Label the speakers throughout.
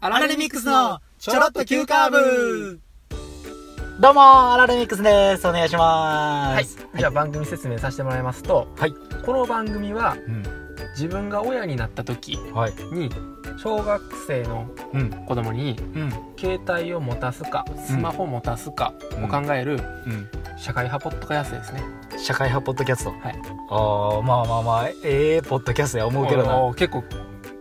Speaker 1: アラレミックスのちょろっと急カーブ
Speaker 2: どうもアラレミックスですお願いしま
Speaker 3: はい
Speaker 2: す、
Speaker 3: じゃあ番組説明させてもらいますと、
Speaker 2: はい
Speaker 3: この番組は
Speaker 2: うん
Speaker 3: 自分が親になった時
Speaker 2: はい
Speaker 3: に小学生の
Speaker 2: うん
Speaker 3: 子供に
Speaker 2: うん
Speaker 3: 携帯を持たすかスマホ持たすか
Speaker 2: うん
Speaker 3: を考える
Speaker 2: うん
Speaker 3: 社会派ポッドキャストですね。
Speaker 2: 社会派ポッドキャスト
Speaker 3: はい
Speaker 2: ああまあまあまあええポッドキャストや思うけどな
Speaker 3: おー結構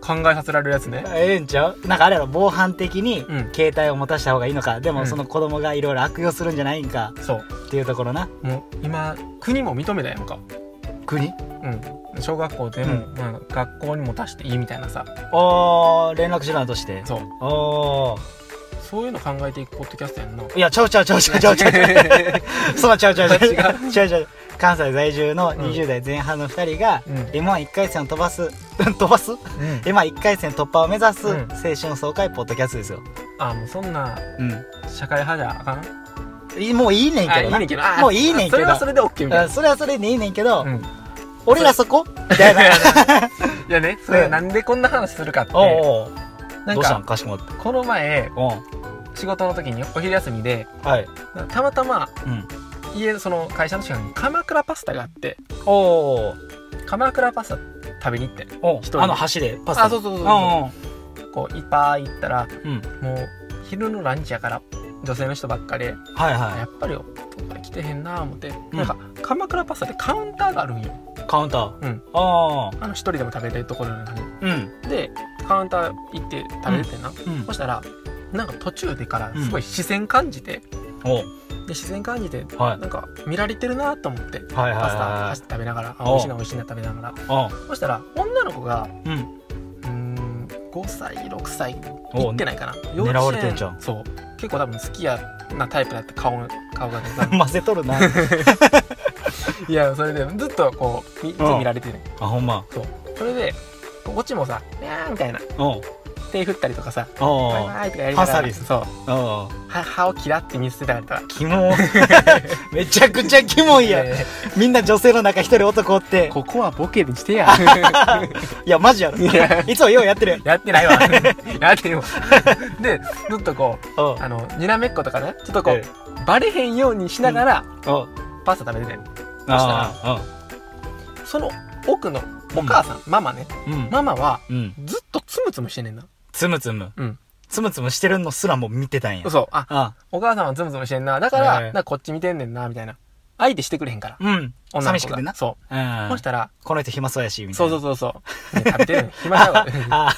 Speaker 3: 考えさせられるやつね。
Speaker 2: ええんちゃうなんかあれやろ防犯的に
Speaker 3: うん
Speaker 2: 携帯を持たした方がいいのかで
Speaker 3: う
Speaker 2: も
Speaker 3: ん
Speaker 2: その子供がいろいろ悪用するんじゃないんか
Speaker 3: そう
Speaker 2: っていうところな
Speaker 3: もう今国も認めたやんか。
Speaker 2: 国
Speaker 3: うん、小学校でも、
Speaker 2: う
Speaker 3: まあ、学校にも出していいみたいなさ
Speaker 2: ああ連絡手段として
Speaker 3: そう
Speaker 2: ああ
Speaker 3: そういうの考えていくポッドキャストやんない
Speaker 2: やちゃうちゃうちゃうちゃうちゃうちゃうそんなちゃうちゃうちゃうちゃうちゃうちゃう関西在住の20代前半の2人が
Speaker 3: うん、うん、
Speaker 2: M11 回戦を飛ばす 飛ばす M11 回戦突破を目指す
Speaker 3: う
Speaker 2: 青
Speaker 3: ん
Speaker 2: 春爽快ポッドキャストですよ、
Speaker 3: あもうそんな
Speaker 2: う
Speaker 3: 社会派じゃあかん
Speaker 2: ん、いもういいねん
Speaker 3: あ
Speaker 2: け
Speaker 3: い
Speaker 2: ど
Speaker 3: い
Speaker 2: な
Speaker 3: ねんけどあ
Speaker 2: もういいねんけ
Speaker 3: そ
Speaker 2: ど
Speaker 3: れはそれで OK みたい
Speaker 2: うんそれはそれでいいねんけど、
Speaker 3: な、うん、い
Speaker 2: 俺らそこみたいな
Speaker 3: やねそれはなんでこんな話するかって
Speaker 2: おうおう
Speaker 3: な
Speaker 2: ど
Speaker 3: ん
Speaker 2: うしたん
Speaker 3: か
Speaker 2: かしこまって
Speaker 3: この前
Speaker 2: うん
Speaker 3: 仕事の時にお昼休みで
Speaker 2: はい
Speaker 3: たまたま
Speaker 2: うん
Speaker 3: 家その会社の近くに鎌倉パスタがあって
Speaker 2: おお
Speaker 3: 鎌倉パスタ食べに行って
Speaker 2: お
Speaker 3: 一人で
Speaker 2: あの橋でパスタ
Speaker 3: あそうそうそう
Speaker 2: う
Speaker 3: そ
Speaker 2: んうん
Speaker 3: うこういっぱい行ったら
Speaker 2: うん
Speaker 3: もう昼のランチやから女性の人ばっかで
Speaker 2: は
Speaker 3: あ
Speaker 2: い
Speaker 3: や
Speaker 2: は
Speaker 3: っぱり男が来てへんなぁ思って、
Speaker 2: うん
Speaker 3: なんか鎌倉パスタってカウンターがあるんよ
Speaker 2: いカウンター
Speaker 3: うん
Speaker 2: ああ
Speaker 3: あの一人でも食べれるところの中に
Speaker 2: うん
Speaker 3: でカウンター行って食べててんな、
Speaker 2: うん
Speaker 3: そしたらなんか途中でから
Speaker 2: うん
Speaker 3: すごい視線感じて、
Speaker 2: おう
Speaker 3: で視線感じて
Speaker 2: は
Speaker 3: ないんか見られてるなぁと思って
Speaker 2: はいはい
Speaker 3: パスタ
Speaker 2: は
Speaker 3: パスタ食べながらあ美
Speaker 2: お
Speaker 3: 味しいな美味しいな食べながら
Speaker 2: いはい
Speaker 3: そしたら女の子が
Speaker 2: うんうん
Speaker 3: うーん5歳6歳
Speaker 2: おう
Speaker 3: 行ってないかな
Speaker 2: お狙われてんじゃん
Speaker 3: 幼稚園そう結構多分好きやなタイプだって顔顔がね多分
Speaker 2: 混ぜとるな
Speaker 3: いやそれでずっとこう見
Speaker 2: うん
Speaker 3: 見られてる
Speaker 2: あほんま
Speaker 3: そうそれでこっちもさ「いやー」みたいな
Speaker 2: おう
Speaker 3: 手振ったりとかさ「
Speaker 2: おう
Speaker 3: バイバイ」とかやりな
Speaker 2: ファ
Speaker 3: が
Speaker 2: ンサー
Speaker 3: ら
Speaker 2: ビス
Speaker 3: そう
Speaker 2: おう
Speaker 3: は歯をキラって見せてたりとか
Speaker 2: キモ めちゃくちゃキモいやん
Speaker 3: え
Speaker 2: みんな女性の中一人男おって
Speaker 3: ーここはボケにしてや
Speaker 2: いやマジやろ
Speaker 3: いや
Speaker 2: いつもようやってる
Speaker 3: やってない わやってるわでずっとこ
Speaker 2: おう
Speaker 3: うあのにらめっことかねちょっとこ
Speaker 2: え
Speaker 3: うバレへんようにしながら
Speaker 2: おう
Speaker 3: パスタ食べてて
Speaker 2: あ
Speaker 3: その奥のお母さん、ママね
Speaker 2: あうんうん
Speaker 3: ママは
Speaker 2: うん
Speaker 3: ずっとつむつむしてんねんな
Speaker 2: つむつむ
Speaker 3: うん
Speaker 2: つむつむしてるのすらも見てたんや
Speaker 3: そうあ
Speaker 2: あ
Speaker 3: お母さんはズムズムしてんな。だか
Speaker 2: はい
Speaker 3: ら、なんかこっち見てんねんな、みたいな。相手してくれへんから。
Speaker 2: うん
Speaker 3: 女の子が
Speaker 2: 寂しくてな
Speaker 3: そうう。
Speaker 2: ん
Speaker 3: そしたら、
Speaker 2: この人暇そうやしみた
Speaker 3: そ
Speaker 2: いうな
Speaker 3: そう
Speaker 2: う
Speaker 3: そうそう。ね食べてるの暇だ わ。
Speaker 2: あ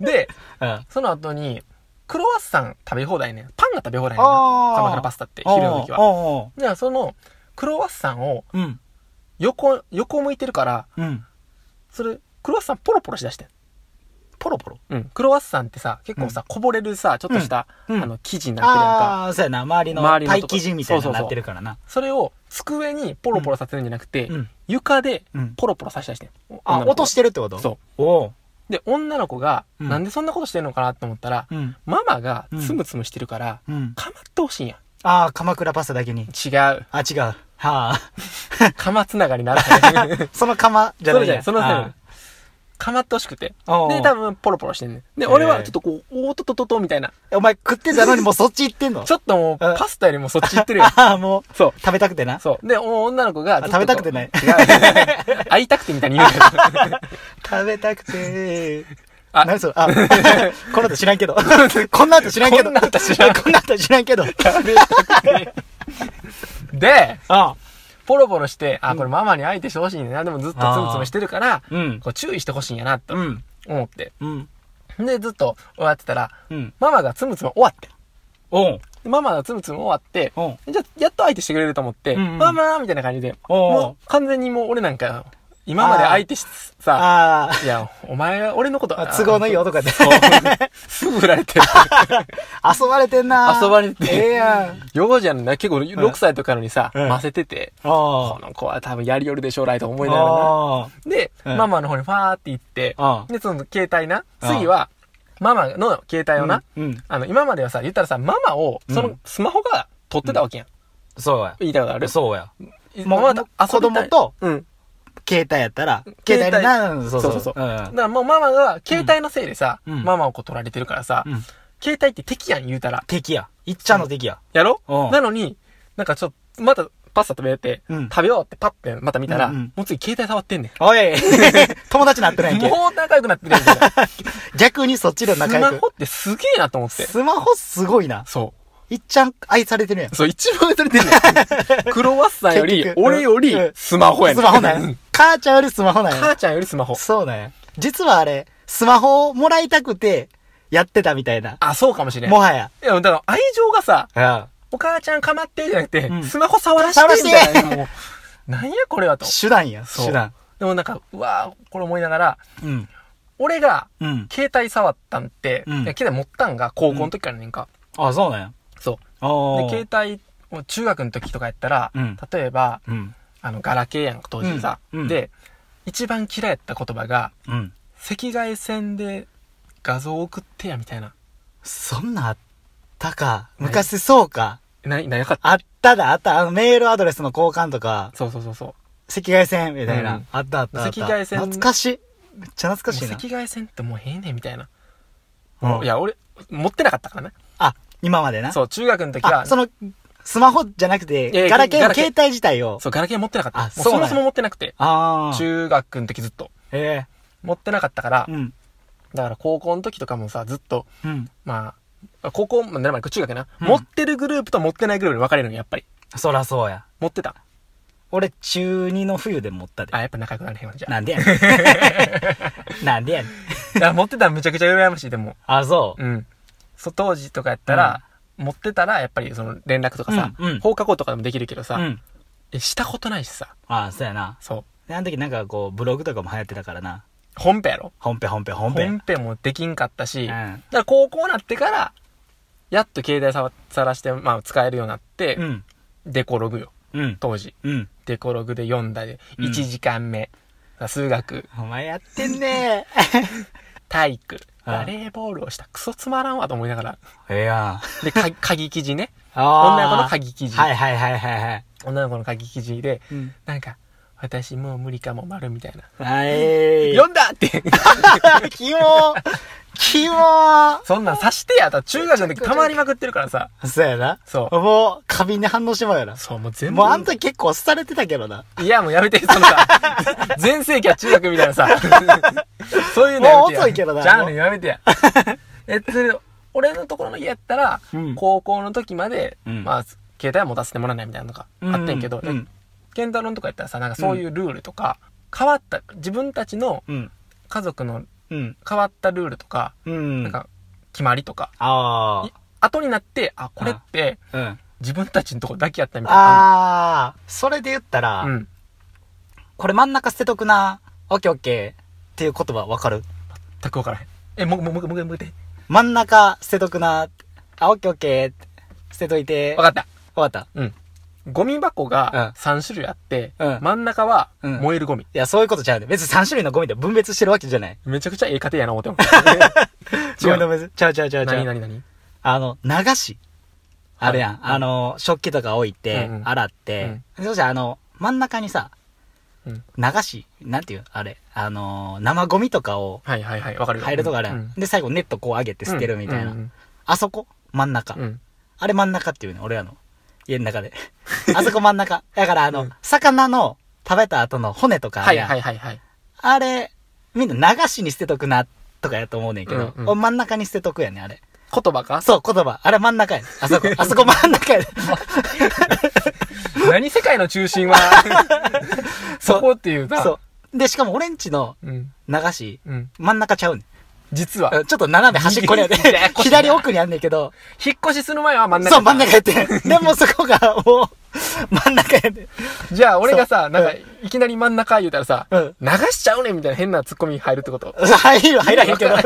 Speaker 3: で、
Speaker 2: あ
Speaker 3: その後に、クロワッサン食べ放題ね。パンが食べ放題ね。
Speaker 2: あー
Speaker 3: 鎌倉パスタって、昼の時は。
Speaker 2: は
Speaker 3: じゃあ、その、クロワッサンを
Speaker 2: うん
Speaker 3: 横、横向いてるから、
Speaker 2: うん
Speaker 3: それ、クロワッサンポロポロしだしてん。
Speaker 2: ポロポロ
Speaker 3: うん。クロワッサンってさ、結構さ、こぼれるさ、ちょっとした、あ
Speaker 2: うん
Speaker 3: の、生地になってるやんか。
Speaker 2: ああそうやな周りの
Speaker 3: 周りのと
Speaker 2: 待
Speaker 3: こ
Speaker 2: 機地みたい
Speaker 3: そ
Speaker 2: な
Speaker 3: うそう
Speaker 2: の
Speaker 3: そう
Speaker 2: なってるからな
Speaker 3: それを、机にポロポロさせるんじゃなくて、
Speaker 2: うん
Speaker 3: 床で
Speaker 2: うん
Speaker 3: ポロポロさせたりしてん。女
Speaker 2: あ
Speaker 3: の子が
Speaker 2: 落としてるってこと
Speaker 3: そう
Speaker 2: おう
Speaker 3: う。で、女の子が、
Speaker 2: うん
Speaker 3: なんでそんなことしてんのかなと思ったら、
Speaker 2: うん
Speaker 3: ママがつむつむしてるから、
Speaker 2: うん
Speaker 3: かまってほしいんや。
Speaker 2: ああ鎌倉パスタだけに
Speaker 3: 違う。
Speaker 2: あ違うは あ
Speaker 3: かまつながりならへ ん
Speaker 2: その釜じゃ
Speaker 3: そ
Speaker 2: な
Speaker 3: う
Speaker 2: い
Speaker 3: じ
Speaker 2: ん
Speaker 3: ゃな
Speaker 2: や
Speaker 3: い、そのせい
Speaker 2: ああ
Speaker 3: かまってほしくて。で、
Speaker 2: おうおう
Speaker 3: 多分ポロポロしてんねん。で、
Speaker 2: へー
Speaker 3: 俺はちょっとこう、おーととととみたいな。
Speaker 2: お前食ってたのにもうそっち行ってんの
Speaker 3: ちょっともう、
Speaker 2: うん
Speaker 3: パスタよりもそっち行ってるよ。
Speaker 2: ああ、もう、
Speaker 3: そう。
Speaker 2: 食べたくてな。
Speaker 3: そう。で、お女の子がずっとこう、
Speaker 2: 食べたくてない
Speaker 3: 違う。会いたくてみたいに言うけど。
Speaker 2: 食べたくて
Speaker 3: あ
Speaker 2: 何そ れあ、この後知らんけど。こんな後知らんけど。
Speaker 3: こんな後知らん
Speaker 2: こんな後知らんけど。
Speaker 3: 食べたくて。で、
Speaker 2: あ
Speaker 3: ポロポロして、あ、これママに相手してほしいねんな。でもずっとつむつむしてるから、
Speaker 2: うん。
Speaker 3: こう注意してほしいんやな、と
Speaker 2: うん。
Speaker 3: 思って。
Speaker 2: うん。
Speaker 3: で、ずっと終わってたら、
Speaker 2: うん。
Speaker 3: ママがつむつむ終わって。
Speaker 2: おう。
Speaker 3: でママがつむつむ終わって、
Speaker 2: おう。
Speaker 3: じゃ、やっと相手してくれると思って、
Speaker 2: うんうん
Speaker 3: ママみたいな感じで、
Speaker 2: おう
Speaker 3: もう完全にもう俺なんか、今まで相手し、さ、
Speaker 2: あ
Speaker 3: いや、お前は俺のこと、
Speaker 2: あ、都合のいい
Speaker 3: よ。
Speaker 2: 男で。
Speaker 3: そうすぐ振られて、
Speaker 2: 遊ばれてんな。
Speaker 3: 遊ばれて
Speaker 2: ええやん。
Speaker 3: ヨゴじゃんな、結構6歳とかのにさ、
Speaker 2: うん
Speaker 3: 混ぜてて、こ
Speaker 2: おう。
Speaker 3: の子は多分やりよるでしょう、来と思いながらな。
Speaker 2: おう。
Speaker 3: で、
Speaker 2: うん
Speaker 3: ママの方にファーって行って、
Speaker 2: あ
Speaker 3: で、その携帯な、
Speaker 2: あ
Speaker 3: 次は、ママの携帯をな、
Speaker 2: うん。
Speaker 3: あの、今まではさ、言ったらさ、ママを、そうの
Speaker 2: ん
Speaker 3: スマホが撮ってたわけやん。
Speaker 2: そう
Speaker 3: 言いたいことあ
Speaker 2: や。
Speaker 3: る
Speaker 2: そうや。
Speaker 3: 今まで
Speaker 2: もう
Speaker 3: 遊びたい
Speaker 2: 子供と
Speaker 3: うん。
Speaker 2: 携帯やったら、
Speaker 3: 携
Speaker 2: 携
Speaker 3: 帯
Speaker 2: 帯にな、うんそうそう。
Speaker 3: そうそう
Speaker 2: う
Speaker 3: だからもうママが、携帯のせいでさ、
Speaker 2: うん
Speaker 3: ママをこう撮られてるからさ、
Speaker 2: ん。
Speaker 3: 携帯って敵やん、言うたら。
Speaker 2: 敵や。いっちゃんの敵や。
Speaker 3: やろ
Speaker 2: うん
Speaker 3: なのに、なんかちょっと、またパスタ食べて、
Speaker 2: うん
Speaker 3: 食べ終わってパッてまた見たら、
Speaker 2: うんうん
Speaker 3: もう次携帯触ってんねん。
Speaker 2: おい 友達なってないんけ。
Speaker 3: もう仲良くなってるやん け。
Speaker 2: 逆にそっちで仲
Speaker 3: スマ
Speaker 2: 良
Speaker 3: ホ
Speaker 2: く。
Speaker 3: ってすげえなと思って。
Speaker 2: スマホすごいな。
Speaker 3: そ
Speaker 2: いっちゃん愛されてるやん
Speaker 3: う。。そう、一番取れてんね ん。クロワッサンより
Speaker 2: 結、局
Speaker 3: 俺より
Speaker 2: うん、
Speaker 3: スマホやね
Speaker 2: ス
Speaker 3: ん。
Speaker 2: マホなん
Speaker 3: う
Speaker 2: や
Speaker 3: ん。
Speaker 2: 母ちゃんよりスマホなんや。
Speaker 3: 母ちゃんよりスマホ。
Speaker 2: そうなんや。実はあれ、スマホをもらいたくて、やってたみたいな。
Speaker 3: あ、そうかもしれん。
Speaker 2: もはや。
Speaker 3: いや、だから愛情がさ、
Speaker 2: う
Speaker 3: お母ちゃん構ってじゃなくて、
Speaker 2: うん
Speaker 3: スマホ触らしてみたい
Speaker 2: 触らせ
Speaker 3: な。もうなんやこれはと
Speaker 2: ん。。手段や、
Speaker 3: そう
Speaker 2: 手段。
Speaker 3: でもなんか、うわーこれ思いながら、
Speaker 2: うん。
Speaker 3: 俺が、
Speaker 2: うん。
Speaker 3: 携帯触ったんって、
Speaker 2: うん
Speaker 3: いや携帯持ったんが高校の時からねんか。
Speaker 2: あ、そうなんや。
Speaker 3: そ
Speaker 2: お
Speaker 3: う。
Speaker 2: ー
Speaker 3: で、携帯を中学の時とかやったら、
Speaker 2: うん
Speaker 3: 例えば、
Speaker 2: うん。
Speaker 3: あの、ガラケーやんか、当時さ。
Speaker 2: うんうん
Speaker 3: で、一番嫌いやった言葉が、
Speaker 2: うん。
Speaker 3: 赤外線で画像送ってや、みたいな。
Speaker 2: そんなんあったか。昔そうか。
Speaker 3: な、なやかった。
Speaker 2: あっただ、あった。あの、メールアドレスの交換とか、
Speaker 3: そうそうそうそう。。
Speaker 2: 赤外線みたいうなんあったあったあった。
Speaker 3: 赤外線
Speaker 2: 懐かしい。めっちゃ懐かしい
Speaker 3: もう
Speaker 2: な
Speaker 3: 赤。外線ってもうええねん、みたいな。
Speaker 2: うん
Speaker 3: いや、俺、持ってなかったからね。
Speaker 2: あ、今までな。
Speaker 3: そう、中学の時は
Speaker 2: あ、、その、スマホじゃなくて
Speaker 3: いやい、や
Speaker 2: ガラケー
Speaker 3: ガ
Speaker 2: の
Speaker 3: ラケー
Speaker 2: 携帯自体を。
Speaker 3: そう、ガラケー持ってなかった。
Speaker 2: あ
Speaker 3: もう
Speaker 2: そう
Speaker 3: そ
Speaker 2: なんや
Speaker 3: もそも持ってなくて。
Speaker 2: ああ。
Speaker 3: 中学の時ずっと。
Speaker 2: え
Speaker 3: 持ってなかったから
Speaker 2: え。、うん。
Speaker 3: だから高校の時とかもさ、ずっと、
Speaker 2: うん。
Speaker 3: まあ、高校、まあ、何前か中学やな、
Speaker 2: うん
Speaker 3: 持ってるグループと持ってないグループに分かれるのやっぱり。
Speaker 2: そらそうや。
Speaker 3: 持ってた。
Speaker 2: 俺、中2の冬で持ったで。
Speaker 3: あ、やっぱ仲良くなれへんわ、じゃあ。
Speaker 2: なんでやね ん。なんでやねん。
Speaker 3: いや持ってたらめちゃくちゃ羨ましい、でも。
Speaker 2: あ、そう。
Speaker 3: うん。そう、当時とかやったら、持ってたら、やっぱりその連絡とかさ、
Speaker 2: うんうん
Speaker 3: 放課後とかでもできるけどさ、
Speaker 2: うん。
Speaker 3: えしたことないしさ、
Speaker 2: あ、そうやな。
Speaker 3: そう。
Speaker 2: であの時なんかこう、ブログとかも流行ってたからな。
Speaker 3: 本編やろ
Speaker 2: 本編本編本
Speaker 3: 本
Speaker 2: 編。
Speaker 3: 編もできんかったし、
Speaker 2: うん
Speaker 3: だから高校になってから、やっと携帯ささらして、まあ使えるようになって、
Speaker 2: うん。
Speaker 3: デコログよ、
Speaker 2: うん。
Speaker 3: 当時。
Speaker 2: うん。
Speaker 3: デコログで読んだで、
Speaker 2: うん
Speaker 3: 1時間目、数学、
Speaker 2: お前やってんね
Speaker 3: 体育、
Speaker 2: ああ
Speaker 3: バレーボールをした。クソつまらんわと思いなが ら。
Speaker 2: え。ええやん。
Speaker 3: で、か鍵記事ね。
Speaker 2: あー
Speaker 3: 女の子の鍵記事。
Speaker 2: はいはいはいはいはい。
Speaker 3: 女の子の鍵記事で、
Speaker 2: うん
Speaker 3: なんか、私もう無理かも、丸みたいな。
Speaker 2: はい。
Speaker 3: 読んだって
Speaker 2: キモキモ
Speaker 3: そんなんさしてやと中学の時たまりまくってるからさ。
Speaker 2: そうやな。
Speaker 3: そう
Speaker 2: もう、過敏に反応してまうよな。
Speaker 3: そう、もう全部。
Speaker 2: もうあん時結構廃れてたけどな。
Speaker 3: いや、もうやめて、その さ、全盛期は中学みたいなさ、そういうのやめてや。
Speaker 2: もう遅いけどな
Speaker 3: ジャンルやめてや。え、それで、俺のところの家やったら、
Speaker 2: うん
Speaker 3: 高校の時まで、
Speaker 2: うん
Speaker 3: まあ、携帯は持たせてもらわないみたいなのがあってんけど、
Speaker 2: うんうん
Speaker 3: ケンタロウのとかやったらさ、なんかそういうルールとか、変わった、自分たちの
Speaker 2: うん。
Speaker 3: 家族の
Speaker 2: うん。
Speaker 3: 変わったルールとか、
Speaker 2: うん。
Speaker 3: なんか、決まりとか、
Speaker 2: あ
Speaker 3: い後になって、あ、これって、
Speaker 2: あ。うん。
Speaker 3: 自分たちのとこだけやったみたいな。
Speaker 2: ああ、それで言ったら、
Speaker 3: うん。
Speaker 2: これ真ん中捨てとくな。オッケーオッケー。っていう言葉わかる
Speaker 3: 全くわからへん。え、もぐもぐもぐもぐで。
Speaker 2: 真ん中捨てとくな。あ、オッケーオッケー。捨てといて。
Speaker 3: わかった。
Speaker 2: わかった。
Speaker 3: うん。ゴミ箱が
Speaker 2: う
Speaker 3: 3種類あって、
Speaker 2: うん
Speaker 3: 真ん中は
Speaker 2: うん
Speaker 3: 燃えるゴミ。
Speaker 2: いや、そういうことちゃうね。別に3種類のゴミで分別してるわけじゃない。
Speaker 3: めちゃくちゃええ家庭やな、思っても。
Speaker 2: ゴミ
Speaker 3: 違
Speaker 2: の
Speaker 3: う。
Speaker 2: 別。ちゃうちゃうちゃうちゃ
Speaker 3: 何
Speaker 2: う。
Speaker 3: 何何
Speaker 2: あの、流し。あるやん。あの、食器とか置いて
Speaker 3: うんう、ん
Speaker 2: 洗って、そしたらあの、真ん中にさ、
Speaker 3: うん。
Speaker 2: 流し、なんていうあれ、あのー、生ゴミとかを
Speaker 3: はいはいはい。わかるよ。
Speaker 2: 入るとこあるや
Speaker 3: うん
Speaker 2: ん。で、最後ネットこう上げて捨てるみたいな。
Speaker 3: うんうん
Speaker 2: あそこ真ん中、
Speaker 3: うんうん
Speaker 2: あれ真ん中っていうね、俺らの家の中で。 あそこ真ん中。だからあの、魚の食べた後の骨とかあ
Speaker 3: は
Speaker 2: る
Speaker 3: い
Speaker 2: やん
Speaker 3: はいはいはい。
Speaker 2: あれ、みんな流しに捨てとくな、とかやと思うねんけど、
Speaker 3: うんうん
Speaker 2: 俺真ん中に捨てとくやねん、あれ。
Speaker 3: 言葉 か
Speaker 2: そう、言葉。あれ真ん中やねん。あそこ、あそこ真ん中やねん。
Speaker 3: 何世界の中心 は、 そこっていうな。
Speaker 2: そう。で、しかも俺んちの
Speaker 3: うん。
Speaker 2: 流し、
Speaker 3: うん。
Speaker 2: 真ん中ちゃうねん。
Speaker 3: 実は、
Speaker 2: うんちょっと斜め端っこにある
Speaker 3: ややこ しいな
Speaker 2: 左奥にあんねんけど、
Speaker 3: 引っ越しする前は真ん中。
Speaker 2: そう、真ん中やってん。でもそこがもう、真ん中やねん。
Speaker 3: じゃあ、俺がさ、
Speaker 2: う
Speaker 3: なんか、
Speaker 2: う
Speaker 3: いきなり真ん中言うたらさ、
Speaker 2: うん
Speaker 3: 流しちゃうねんみたいな変なツッコミ入るってこと。
Speaker 2: 入る、入らへん けど。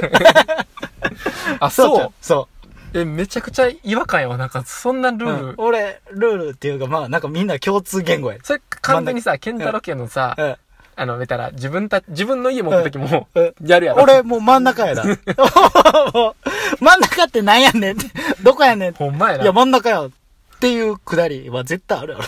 Speaker 3: あ、
Speaker 2: そう
Speaker 3: そう
Speaker 2: ちゃう。そ
Speaker 3: え、めちゃくちゃ違和感やわ。なんか、そんなル
Speaker 2: う。
Speaker 3: ール。
Speaker 2: 俺、ルールっていうか、まあ、なんかみんな共通言語や。
Speaker 3: それ、完全にさ、ケンタロケのさ、
Speaker 2: うん。
Speaker 3: あの、見たら、自分た、自分の家持った時も
Speaker 2: うん、
Speaker 3: やるやろ。
Speaker 2: 俺、もう真ん中やな。 もう真ん中ってなんやねんって。どこやねんって。
Speaker 3: ほんまや
Speaker 2: い
Speaker 3: な。
Speaker 2: や、真ん中や。っていうくだりは絶対あるやろ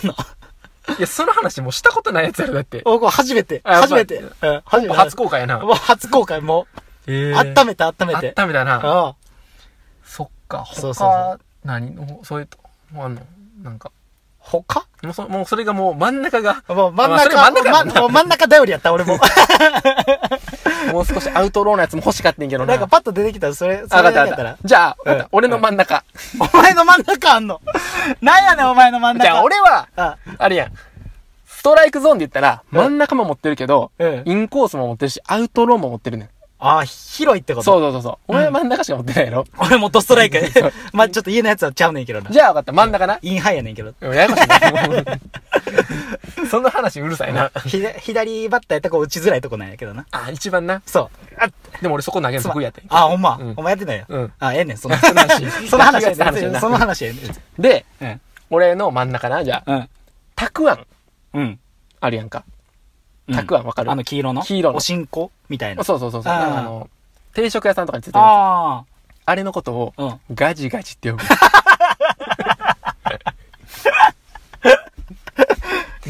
Speaker 2: な。
Speaker 3: いや、その話もうしたことないやつやろ、だって。
Speaker 2: 僕初めて。
Speaker 3: あやっぱ
Speaker 2: 初めて。うん初めて。
Speaker 3: 初公開やな
Speaker 2: も。う初公開、も
Speaker 3: え
Speaker 2: う、温めて温めて。
Speaker 3: あっためだな。
Speaker 2: ああ。
Speaker 3: そっか、他、
Speaker 2: そうそうそう
Speaker 3: 何の、そういうと、あんの、なんか、
Speaker 2: 他
Speaker 3: もうそもうそれがもう真ん中が、
Speaker 2: もう真ん
Speaker 3: まあそれ
Speaker 2: 中、
Speaker 3: 真ん中やもんな
Speaker 2: まもう真ん中頼りやった、俺も。
Speaker 3: もう少しアウトローなやつも欲しかったんやけどな。
Speaker 2: なんかパッと出てきたら、それ、そ
Speaker 3: あ
Speaker 2: れ
Speaker 3: わかっ
Speaker 2: だ
Speaker 3: た
Speaker 2: け
Speaker 3: わ
Speaker 2: や
Speaker 3: かっ
Speaker 2: っ
Speaker 3: た
Speaker 2: ら
Speaker 3: た。。じゃあ、わかった
Speaker 2: うん
Speaker 3: 俺の真ん中。
Speaker 2: お前の真ん中あんの。なんやねん、お前の真ん
Speaker 3: じ
Speaker 2: 中。
Speaker 3: ゃあ、俺は、
Speaker 2: あ、
Speaker 3: あれやん。ストライクゾーンで言ったら、
Speaker 2: うん
Speaker 3: 真ん中も持ってるけど、
Speaker 2: うん
Speaker 3: インコースも持ってるし、アウトローも持ってるねん。
Speaker 2: あ、広いってこと
Speaker 3: そう
Speaker 2: う。
Speaker 3: そうそうそう。お前は真ん中しか持ってないやろ。
Speaker 2: 俺もドス トライクや。 まあちょっと家のやつはちゃうねんけどな。
Speaker 3: じゃあ分かった、真ん中な。
Speaker 2: インハイやねんけど。
Speaker 3: ややこしいな。その話うるさいな。
Speaker 2: ひだ 左バッターやったらこう打ちづらいとこなんやけどな。
Speaker 3: あ、一番な。
Speaker 2: そう。あ、
Speaker 3: でも俺そこ投げる
Speaker 2: つ
Speaker 3: の
Speaker 2: ま
Speaker 3: 得意やってん。
Speaker 2: あ、ほんま
Speaker 3: うん。
Speaker 2: お前やってないよ。
Speaker 3: うん
Speaker 2: あ、ええねん、その
Speaker 3: その 話
Speaker 2: その話や
Speaker 3: 野球やってる話
Speaker 2: ね
Speaker 3: や
Speaker 2: ん。
Speaker 3: な
Speaker 2: その話やねん。
Speaker 3: で、
Speaker 2: うん。
Speaker 3: 俺の真ん中な、じゃあ、
Speaker 2: うん。
Speaker 3: たくあん、
Speaker 2: うん。
Speaker 3: あるやんか。
Speaker 2: うん
Speaker 3: たくあんわかる
Speaker 2: あの黄色の
Speaker 3: 黄色の
Speaker 2: おしんこみたいな。
Speaker 3: そうそうそうそう。
Speaker 2: あー
Speaker 3: あの、定食屋さんとかについてるや
Speaker 2: あ
Speaker 3: つあれのことを、
Speaker 2: あ。うん。
Speaker 3: ガジガジって呼ぶ。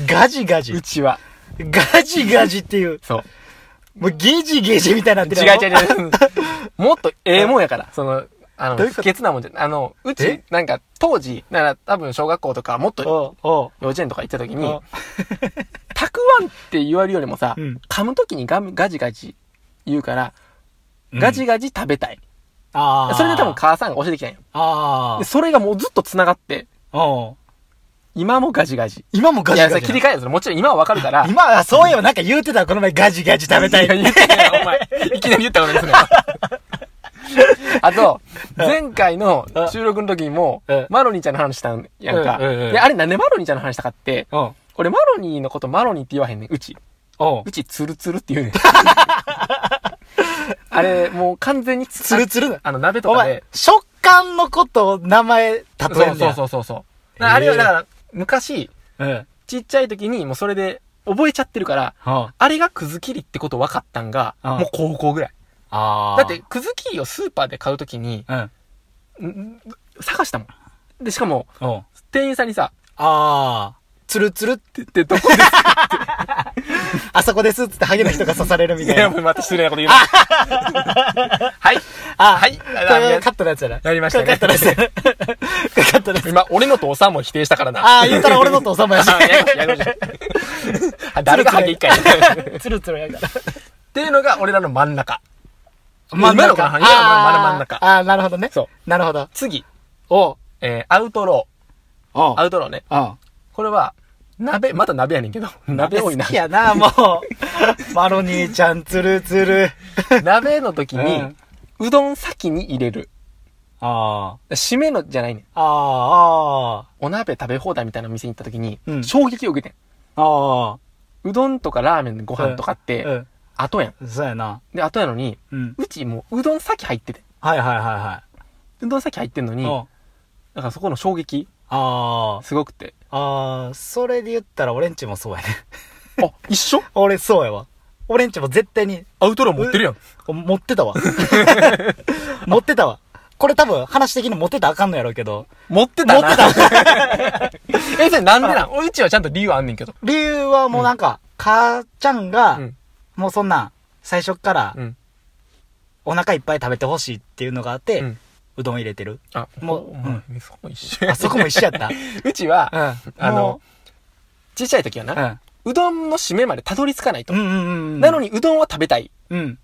Speaker 2: ガジガジ
Speaker 3: う。ちは。
Speaker 2: ガジガジっていう。
Speaker 3: そう。
Speaker 2: もうゲジゲジみたいになってる
Speaker 3: 違う
Speaker 2: やろ
Speaker 3: 違う違う。もっとええもんやから。その、あの、
Speaker 2: どういう
Speaker 3: 不
Speaker 2: こと
Speaker 3: 潔なもんじゃない。あの、うち
Speaker 2: え、
Speaker 3: なんか、当時、なら多分小学校とか、もっと
Speaker 2: おうおう
Speaker 3: 幼稚園とか行った時
Speaker 2: お
Speaker 3: に
Speaker 2: う、
Speaker 3: たくあんって言われるよりもさ、
Speaker 2: うん
Speaker 3: 噛む時にガムガジガジ言うから、ガジガジ食べたい。
Speaker 2: ああ。
Speaker 3: それで多分母さんが教えてきたんよ。
Speaker 2: あ
Speaker 3: でそれがもうずっと繋がって、
Speaker 2: あ。おう
Speaker 3: 今もガジガジ。
Speaker 2: 今もガ
Speaker 3: い
Speaker 2: ジ
Speaker 3: や、それ
Speaker 2: ガジ
Speaker 3: 切
Speaker 2: な
Speaker 3: り。替えやつ。もちろん今はわかるから。
Speaker 2: 今、あそういえばなんか言うてた、この前ガジガジ食べたい。
Speaker 3: や言ってないよお 前。いきなり言ったことですね。あと、前回の収録の時にも
Speaker 2: うん、
Speaker 3: マロニーちゃんの話したんやんか。
Speaker 2: うんうんうん
Speaker 3: で、あれなんでマロニーちゃんの話したかって、
Speaker 2: おう
Speaker 3: 俺マロニーのことマロニーって言わへんねん、うち。
Speaker 2: おう
Speaker 3: うちツルツルって 言うねん。あれ、もう完全につ
Speaker 2: ツルツルだ。
Speaker 3: あの、鍋と
Speaker 2: お
Speaker 3: か
Speaker 2: 前
Speaker 3: で。、
Speaker 2: 食感のことを名前例えん
Speaker 3: そう
Speaker 2: だ
Speaker 3: そ
Speaker 2: よ
Speaker 3: う。そうそうそう。
Speaker 2: へー
Speaker 3: あれはだから、昔、
Speaker 2: うん。
Speaker 3: ちっちゃい時にもうそれで覚えちゃってるから、
Speaker 2: あ
Speaker 3: あれがくずきりってこと分かったんが、
Speaker 2: うん
Speaker 3: もう高校ぐらい。
Speaker 2: あ。
Speaker 3: だって、、くずきりをスーパーで買うときに、
Speaker 2: うん。
Speaker 3: ん探したもん。で、しかも、
Speaker 2: おう
Speaker 3: 店員さんにさ、
Speaker 2: ああ。ツルツルって、
Speaker 3: で、でどこですか
Speaker 2: あそこですっつってハゲの人が刺される み
Speaker 3: い
Speaker 2: たい
Speaker 3: や、
Speaker 2: な。
Speaker 3: もうまた失礼なこと言う な。はい。
Speaker 2: あ
Speaker 3: はい
Speaker 2: これカットのやつやな。
Speaker 3: やりましたね
Speaker 2: カットのやつやな。カットのやつ。
Speaker 3: 今、俺の父さんも否定したからな。
Speaker 2: ああ、言ったら俺のとおさまやし。
Speaker 3: あやりましたやりました誰がハゲ一回。っ
Speaker 2: ツルツルやから。
Speaker 3: ていうのが俺らの真ん中。
Speaker 2: 真ん
Speaker 3: 今の
Speaker 2: 中。
Speaker 3: かな今の
Speaker 2: あ
Speaker 3: まだ
Speaker 2: ー
Speaker 3: 真ん中。
Speaker 2: あー、なるほどね。。
Speaker 3: そう
Speaker 2: なるほど。
Speaker 3: 次、
Speaker 2: おう。
Speaker 3: えー、アウトロ
Speaker 2: お
Speaker 3: ー。アウトローね。
Speaker 2: うん。
Speaker 3: これは、鍋、また鍋やねんけど。 鍋多いな
Speaker 2: 好き。やな、もう。マロニーちゃん、ツル ツル。
Speaker 3: 鍋の時に、うどん先に入れる。
Speaker 2: あ
Speaker 3: 締めのじゃないねん。
Speaker 2: あ。あ
Speaker 3: お鍋食べ放題みたいな店に行った時に
Speaker 2: う、ん
Speaker 3: 衝撃を受けて
Speaker 2: あ。あ
Speaker 3: ん。うどんとかラーメン、ご飯とかっ
Speaker 2: あ。
Speaker 3: て、
Speaker 2: う
Speaker 3: 後やん。
Speaker 2: ん。そうやな。
Speaker 3: で、後やのに、
Speaker 2: うん。
Speaker 3: うちもううどん先入ってて。
Speaker 2: はいはいはいは
Speaker 3: うどん先入ってんの
Speaker 2: い。
Speaker 3: に、
Speaker 2: うん
Speaker 3: だからそこの衝撃、
Speaker 2: ああ。
Speaker 3: すごくて。
Speaker 2: ああ、それで言ったら俺んちもそうやね。
Speaker 3: あ、一緒
Speaker 2: 俺そうやわ。俺んちも絶対に、
Speaker 3: アウトロー
Speaker 2: 持ってる
Speaker 3: やん。
Speaker 2: 持っ てたわ。持ってたわ。これ多分話的に持ってたらあかんのやろうけど。
Speaker 3: 持ってたな。持って た。え、それなんでなんうちはちゃんと理由あんねんけど。
Speaker 2: 理由はもうなんか、母ちゃんが、
Speaker 3: うん
Speaker 2: もうそんなん、最初っから
Speaker 3: う、ん。
Speaker 2: お腹いっぱい食べてほしいっていうのがあって、
Speaker 3: う
Speaker 2: うんどん入れてる。
Speaker 3: あ、
Speaker 2: もう
Speaker 3: お前、そこも一緒や
Speaker 2: あそこも一緒やった。
Speaker 3: うちは、
Speaker 2: うん
Speaker 3: あの
Speaker 2: も、
Speaker 3: ちっちゃい時は
Speaker 2: うう
Speaker 3: な、
Speaker 2: ん。
Speaker 3: うどんの締めまでたどり着かないと
Speaker 2: う。んうんうんうん。
Speaker 3: なの
Speaker 2: に、
Speaker 3: にうどんは食べたいっ
Speaker 2: うん。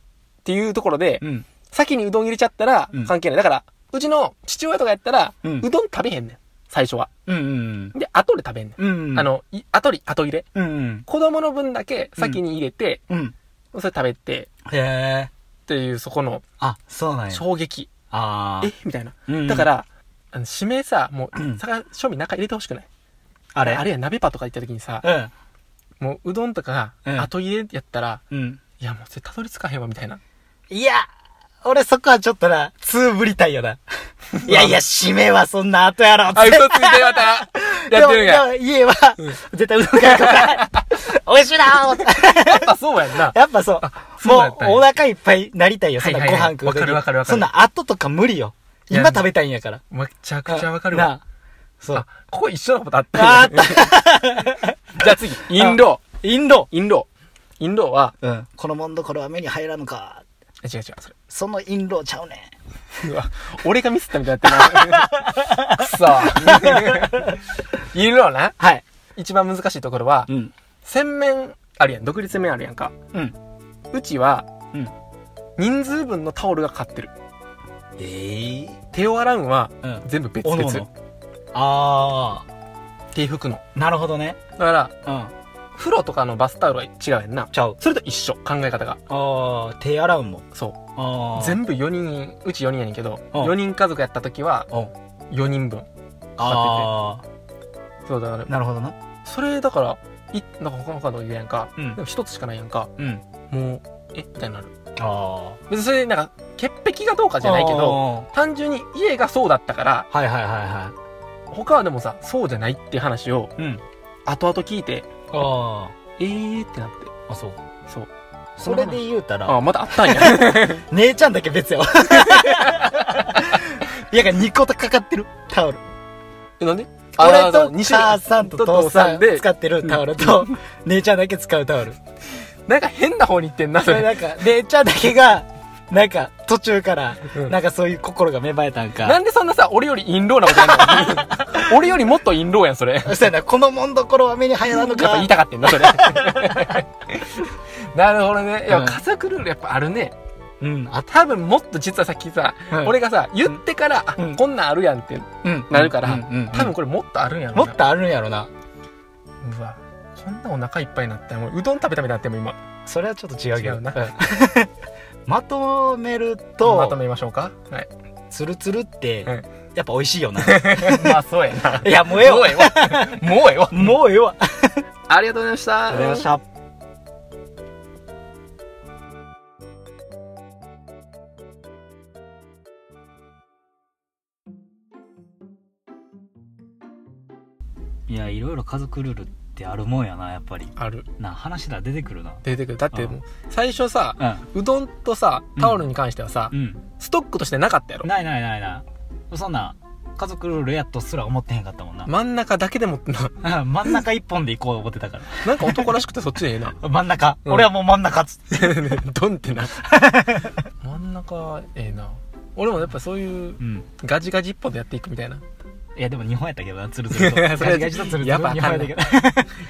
Speaker 3: ていうところで
Speaker 2: う、ん。
Speaker 3: 先にうどん入れちゃったら
Speaker 2: うん
Speaker 3: 関係ない。だから、うちの父親とかやったら、
Speaker 2: う
Speaker 3: うんどん食べへんねん。最初は。
Speaker 2: うんうん
Speaker 3: で、後で食べんね。
Speaker 2: うん。うんうんん。
Speaker 3: あ、の、い後に、後入れ。
Speaker 2: うんうん。
Speaker 3: 子供の分だけ先に入れて、
Speaker 2: うん。
Speaker 3: それ食べて、
Speaker 2: へえ。
Speaker 3: っていうそこの
Speaker 2: あ、そうなんや。
Speaker 3: 衝撃。
Speaker 2: あ
Speaker 3: えみたいな。
Speaker 2: あ。
Speaker 3: だから、あの、指名さ、も
Speaker 2: う
Speaker 3: う、
Speaker 2: ん
Speaker 3: さが、庶民中入れてほしくない
Speaker 2: あ
Speaker 3: あ
Speaker 2: れ
Speaker 3: れあるいは鍋パとか行った時にさ、
Speaker 2: うん。
Speaker 3: もううどんとか
Speaker 2: うん
Speaker 3: が後入れやったら、
Speaker 2: うん。
Speaker 3: いやもう絶対たどり着かへんわみたいな。
Speaker 2: いや、俺そこはちょっとな、つぶりたい よな。いやいや、締めはそんな後やろ。
Speaker 3: あ、嘘ついてまた、 やってるんや。や
Speaker 2: でもでも家は、絶対うどんか らかい。美味しいなー
Speaker 3: っぱそうやんな。
Speaker 2: やっぱそう。
Speaker 3: そう
Speaker 2: も
Speaker 3: だったんや
Speaker 2: う、お腹いっぱいになりたいよ。そんな
Speaker 3: はい
Speaker 2: ご
Speaker 3: はいはい
Speaker 2: 飯食う
Speaker 3: わ
Speaker 2: 時
Speaker 3: かるわかるわかる
Speaker 2: そんな後とか無理よ。
Speaker 3: いや
Speaker 2: 今食べたいんやから。
Speaker 3: めちゃくちゃわかる
Speaker 2: な
Speaker 3: わ。
Speaker 2: あそう
Speaker 3: あ。、ここ一緒のことあった
Speaker 2: ああ
Speaker 3: んや じゃあ次、インロ
Speaker 2: インド。
Speaker 3: ー。インロー。インローは、
Speaker 2: うん。このもんどころは目に入らぬか。
Speaker 3: え違う違う、それ。
Speaker 2: その印籠ちゃうねん。
Speaker 3: うわ、俺がミスったみたいになってるな。 くそ。いるのな。
Speaker 2: はい。
Speaker 3: 一番難しいところは、
Speaker 2: うん。
Speaker 3: 洗面あるやん。独立洗面あるやんか。
Speaker 2: うん。
Speaker 3: うちは、
Speaker 2: うん
Speaker 3: 人数分のタオルが買ってる。
Speaker 2: ええ
Speaker 3: 手を洗うんは、
Speaker 2: うん
Speaker 3: 全部別
Speaker 2: お
Speaker 3: 々。
Speaker 2: のおの。あ
Speaker 3: 手拭くの。
Speaker 2: あ。なるほどね。
Speaker 3: だから、
Speaker 2: うん。
Speaker 3: 風呂とかのバスタオルは違うやんな。
Speaker 2: ちゃう。
Speaker 3: それと一緒、考え方が。
Speaker 2: ああ、手洗うんも。
Speaker 3: そう。
Speaker 2: ああ。
Speaker 3: 全部4人、うち4人やねんけど、
Speaker 2: うん
Speaker 3: 4人家族やった時は、
Speaker 2: うん
Speaker 3: 4人分。
Speaker 2: あ
Speaker 3: そうだから
Speaker 2: あ。、なるほどな。
Speaker 3: それだから、い、なんか他の家族いるやんか。
Speaker 2: うん
Speaker 3: でも一つしかないやんか。
Speaker 2: うん。
Speaker 3: もう、えみたいになる。
Speaker 2: ああ。
Speaker 3: 別にそれ、なんか、潔癖がどうかじゃないけど、
Speaker 2: ど。
Speaker 3: 単純に家がそうだったから、
Speaker 2: はいはいはいは
Speaker 3: 他はでもさ、そうじゃないっていう話を、
Speaker 2: い。うん。
Speaker 3: 後々聞いて、
Speaker 2: あ
Speaker 3: えーってなって。
Speaker 2: あ。あ、そう。
Speaker 3: そう。
Speaker 2: それで言うた
Speaker 3: あ
Speaker 2: ら、
Speaker 3: あ、まだあったん や。
Speaker 2: 姉ちゃんだけ 別よ。いや、2個とかかってるタオル。
Speaker 3: え、なんで
Speaker 2: 俺
Speaker 3: そう
Speaker 2: と
Speaker 3: 二種類
Speaker 2: 母さんと父さんで使ってるタオルと、姉ちゃんだけ使うタオル。
Speaker 3: なんか変な方に行ってんな、そ
Speaker 2: それ
Speaker 3: れ。
Speaker 2: なんか、姉ちゃんだけが、なんか途中から
Speaker 3: うん、
Speaker 2: なんかそういう心が芽生えたん
Speaker 3: な
Speaker 2: か。
Speaker 3: んでそんなさ、俺より陰謀なことやん の俺よりもっと陰謀やん、それ。やっ
Speaker 2: そうやな、このもんどころは目に入らぬ
Speaker 3: ぱ
Speaker 2: か
Speaker 3: 言い。たかってんな、 それ。なるほどね。いや、
Speaker 2: うん
Speaker 3: 家族ルールやっぱあるね。
Speaker 2: うん、あ、
Speaker 3: 多分もっと実はさっきさ、
Speaker 2: うん
Speaker 3: 俺がさ、言ってから、あ
Speaker 2: うん
Speaker 3: こんなんあるやんって、
Speaker 2: うん
Speaker 3: なるから
Speaker 2: うんうんうん
Speaker 3: 多分これもっとあるんやろ
Speaker 2: も
Speaker 3: な。
Speaker 2: っとあるんやろな。
Speaker 3: うわ、こんなお腹いっぱいになったらもううどん食べたみたいになってもう今、
Speaker 2: それはちょっと違うけ
Speaker 3: 違う
Speaker 2: ど
Speaker 3: な。
Speaker 2: まとめる
Speaker 3: まと
Speaker 2: と、
Speaker 3: めましょうか。はい。
Speaker 2: つるつるって
Speaker 3: うん、
Speaker 2: やっぱ美味しい よな。
Speaker 3: まあ、そうやな。
Speaker 2: いや、もうええ
Speaker 3: もう
Speaker 2: わ。
Speaker 3: ええわ。もうええわ。
Speaker 2: もうええわ。
Speaker 3: ありがとうございました。
Speaker 2: ありがとうございました。いや、いろいろ家族ルールってあるもんやな、やっぱり。
Speaker 3: ある。
Speaker 2: な、話だ、出てくるな。
Speaker 3: 出てくる。だってもう、最初さ、うどんとさ、タオルに関してはさ
Speaker 2: う、ん。
Speaker 3: ストックとしてなかったや
Speaker 2: う
Speaker 3: ろ
Speaker 2: ん。。ないないないない。そんな、家族ルールやとすら思ってへんかったもんな。
Speaker 3: 真ん中だけでもって な、
Speaker 2: 真ん中一本で行こう思ってたか
Speaker 3: なんか男らしくてそっちでえ えな。
Speaker 2: ら。真ん中。
Speaker 3: うん
Speaker 2: 俺はもう真ん中っつって。
Speaker 3: ドンって な。真ん中、ええな。俺もやっぱそういう、
Speaker 2: うん。
Speaker 3: ガジガジ一本でやっていくみたいな。
Speaker 2: いや、でも日本やったけどな、つるつると。
Speaker 3: それは
Speaker 2: ガチガチとつるつる。
Speaker 3: やっぱ
Speaker 2: 日本やったけど。
Speaker 3: や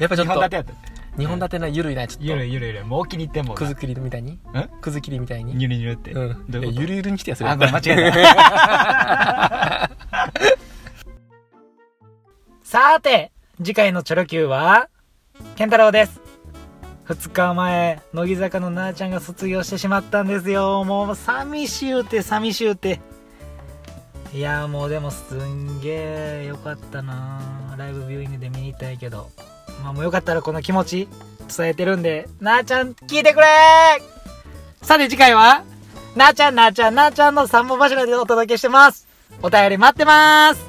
Speaker 3: っぱちょ
Speaker 2: 日
Speaker 3: っ
Speaker 2: 本立て
Speaker 3: と、
Speaker 2: やった。
Speaker 3: 日本立てな、ゆるいな、ちょっと。
Speaker 2: ゆるゆるゆる。もう気に入ってんもん
Speaker 3: くず
Speaker 2: な。
Speaker 3: きりみたいにくずきりみたいに
Speaker 2: ゆるゆるって。
Speaker 3: うん。
Speaker 2: どういう
Speaker 3: え
Speaker 2: こと
Speaker 3: ゆるゆるに来てやする
Speaker 2: あ、ごめん、間
Speaker 3: え
Speaker 2: 違えた。 さて、次回のチョロ Q は、ケンタロウです。2日前、乃木坂のなあちゃんが卒業してしまったんですよ。もう、寂しゅうて、寂しゅうて。いやーもうでもすんげーよかったなライブビューイングで見に行ったんやけど。まあもうよかったらこの気持ち伝えてるんで、なあちゃん聞いてくれーさて次回は、なあちゃんなあちゃんなあちゃんの三本柱でお届けしてます。お便り待ってます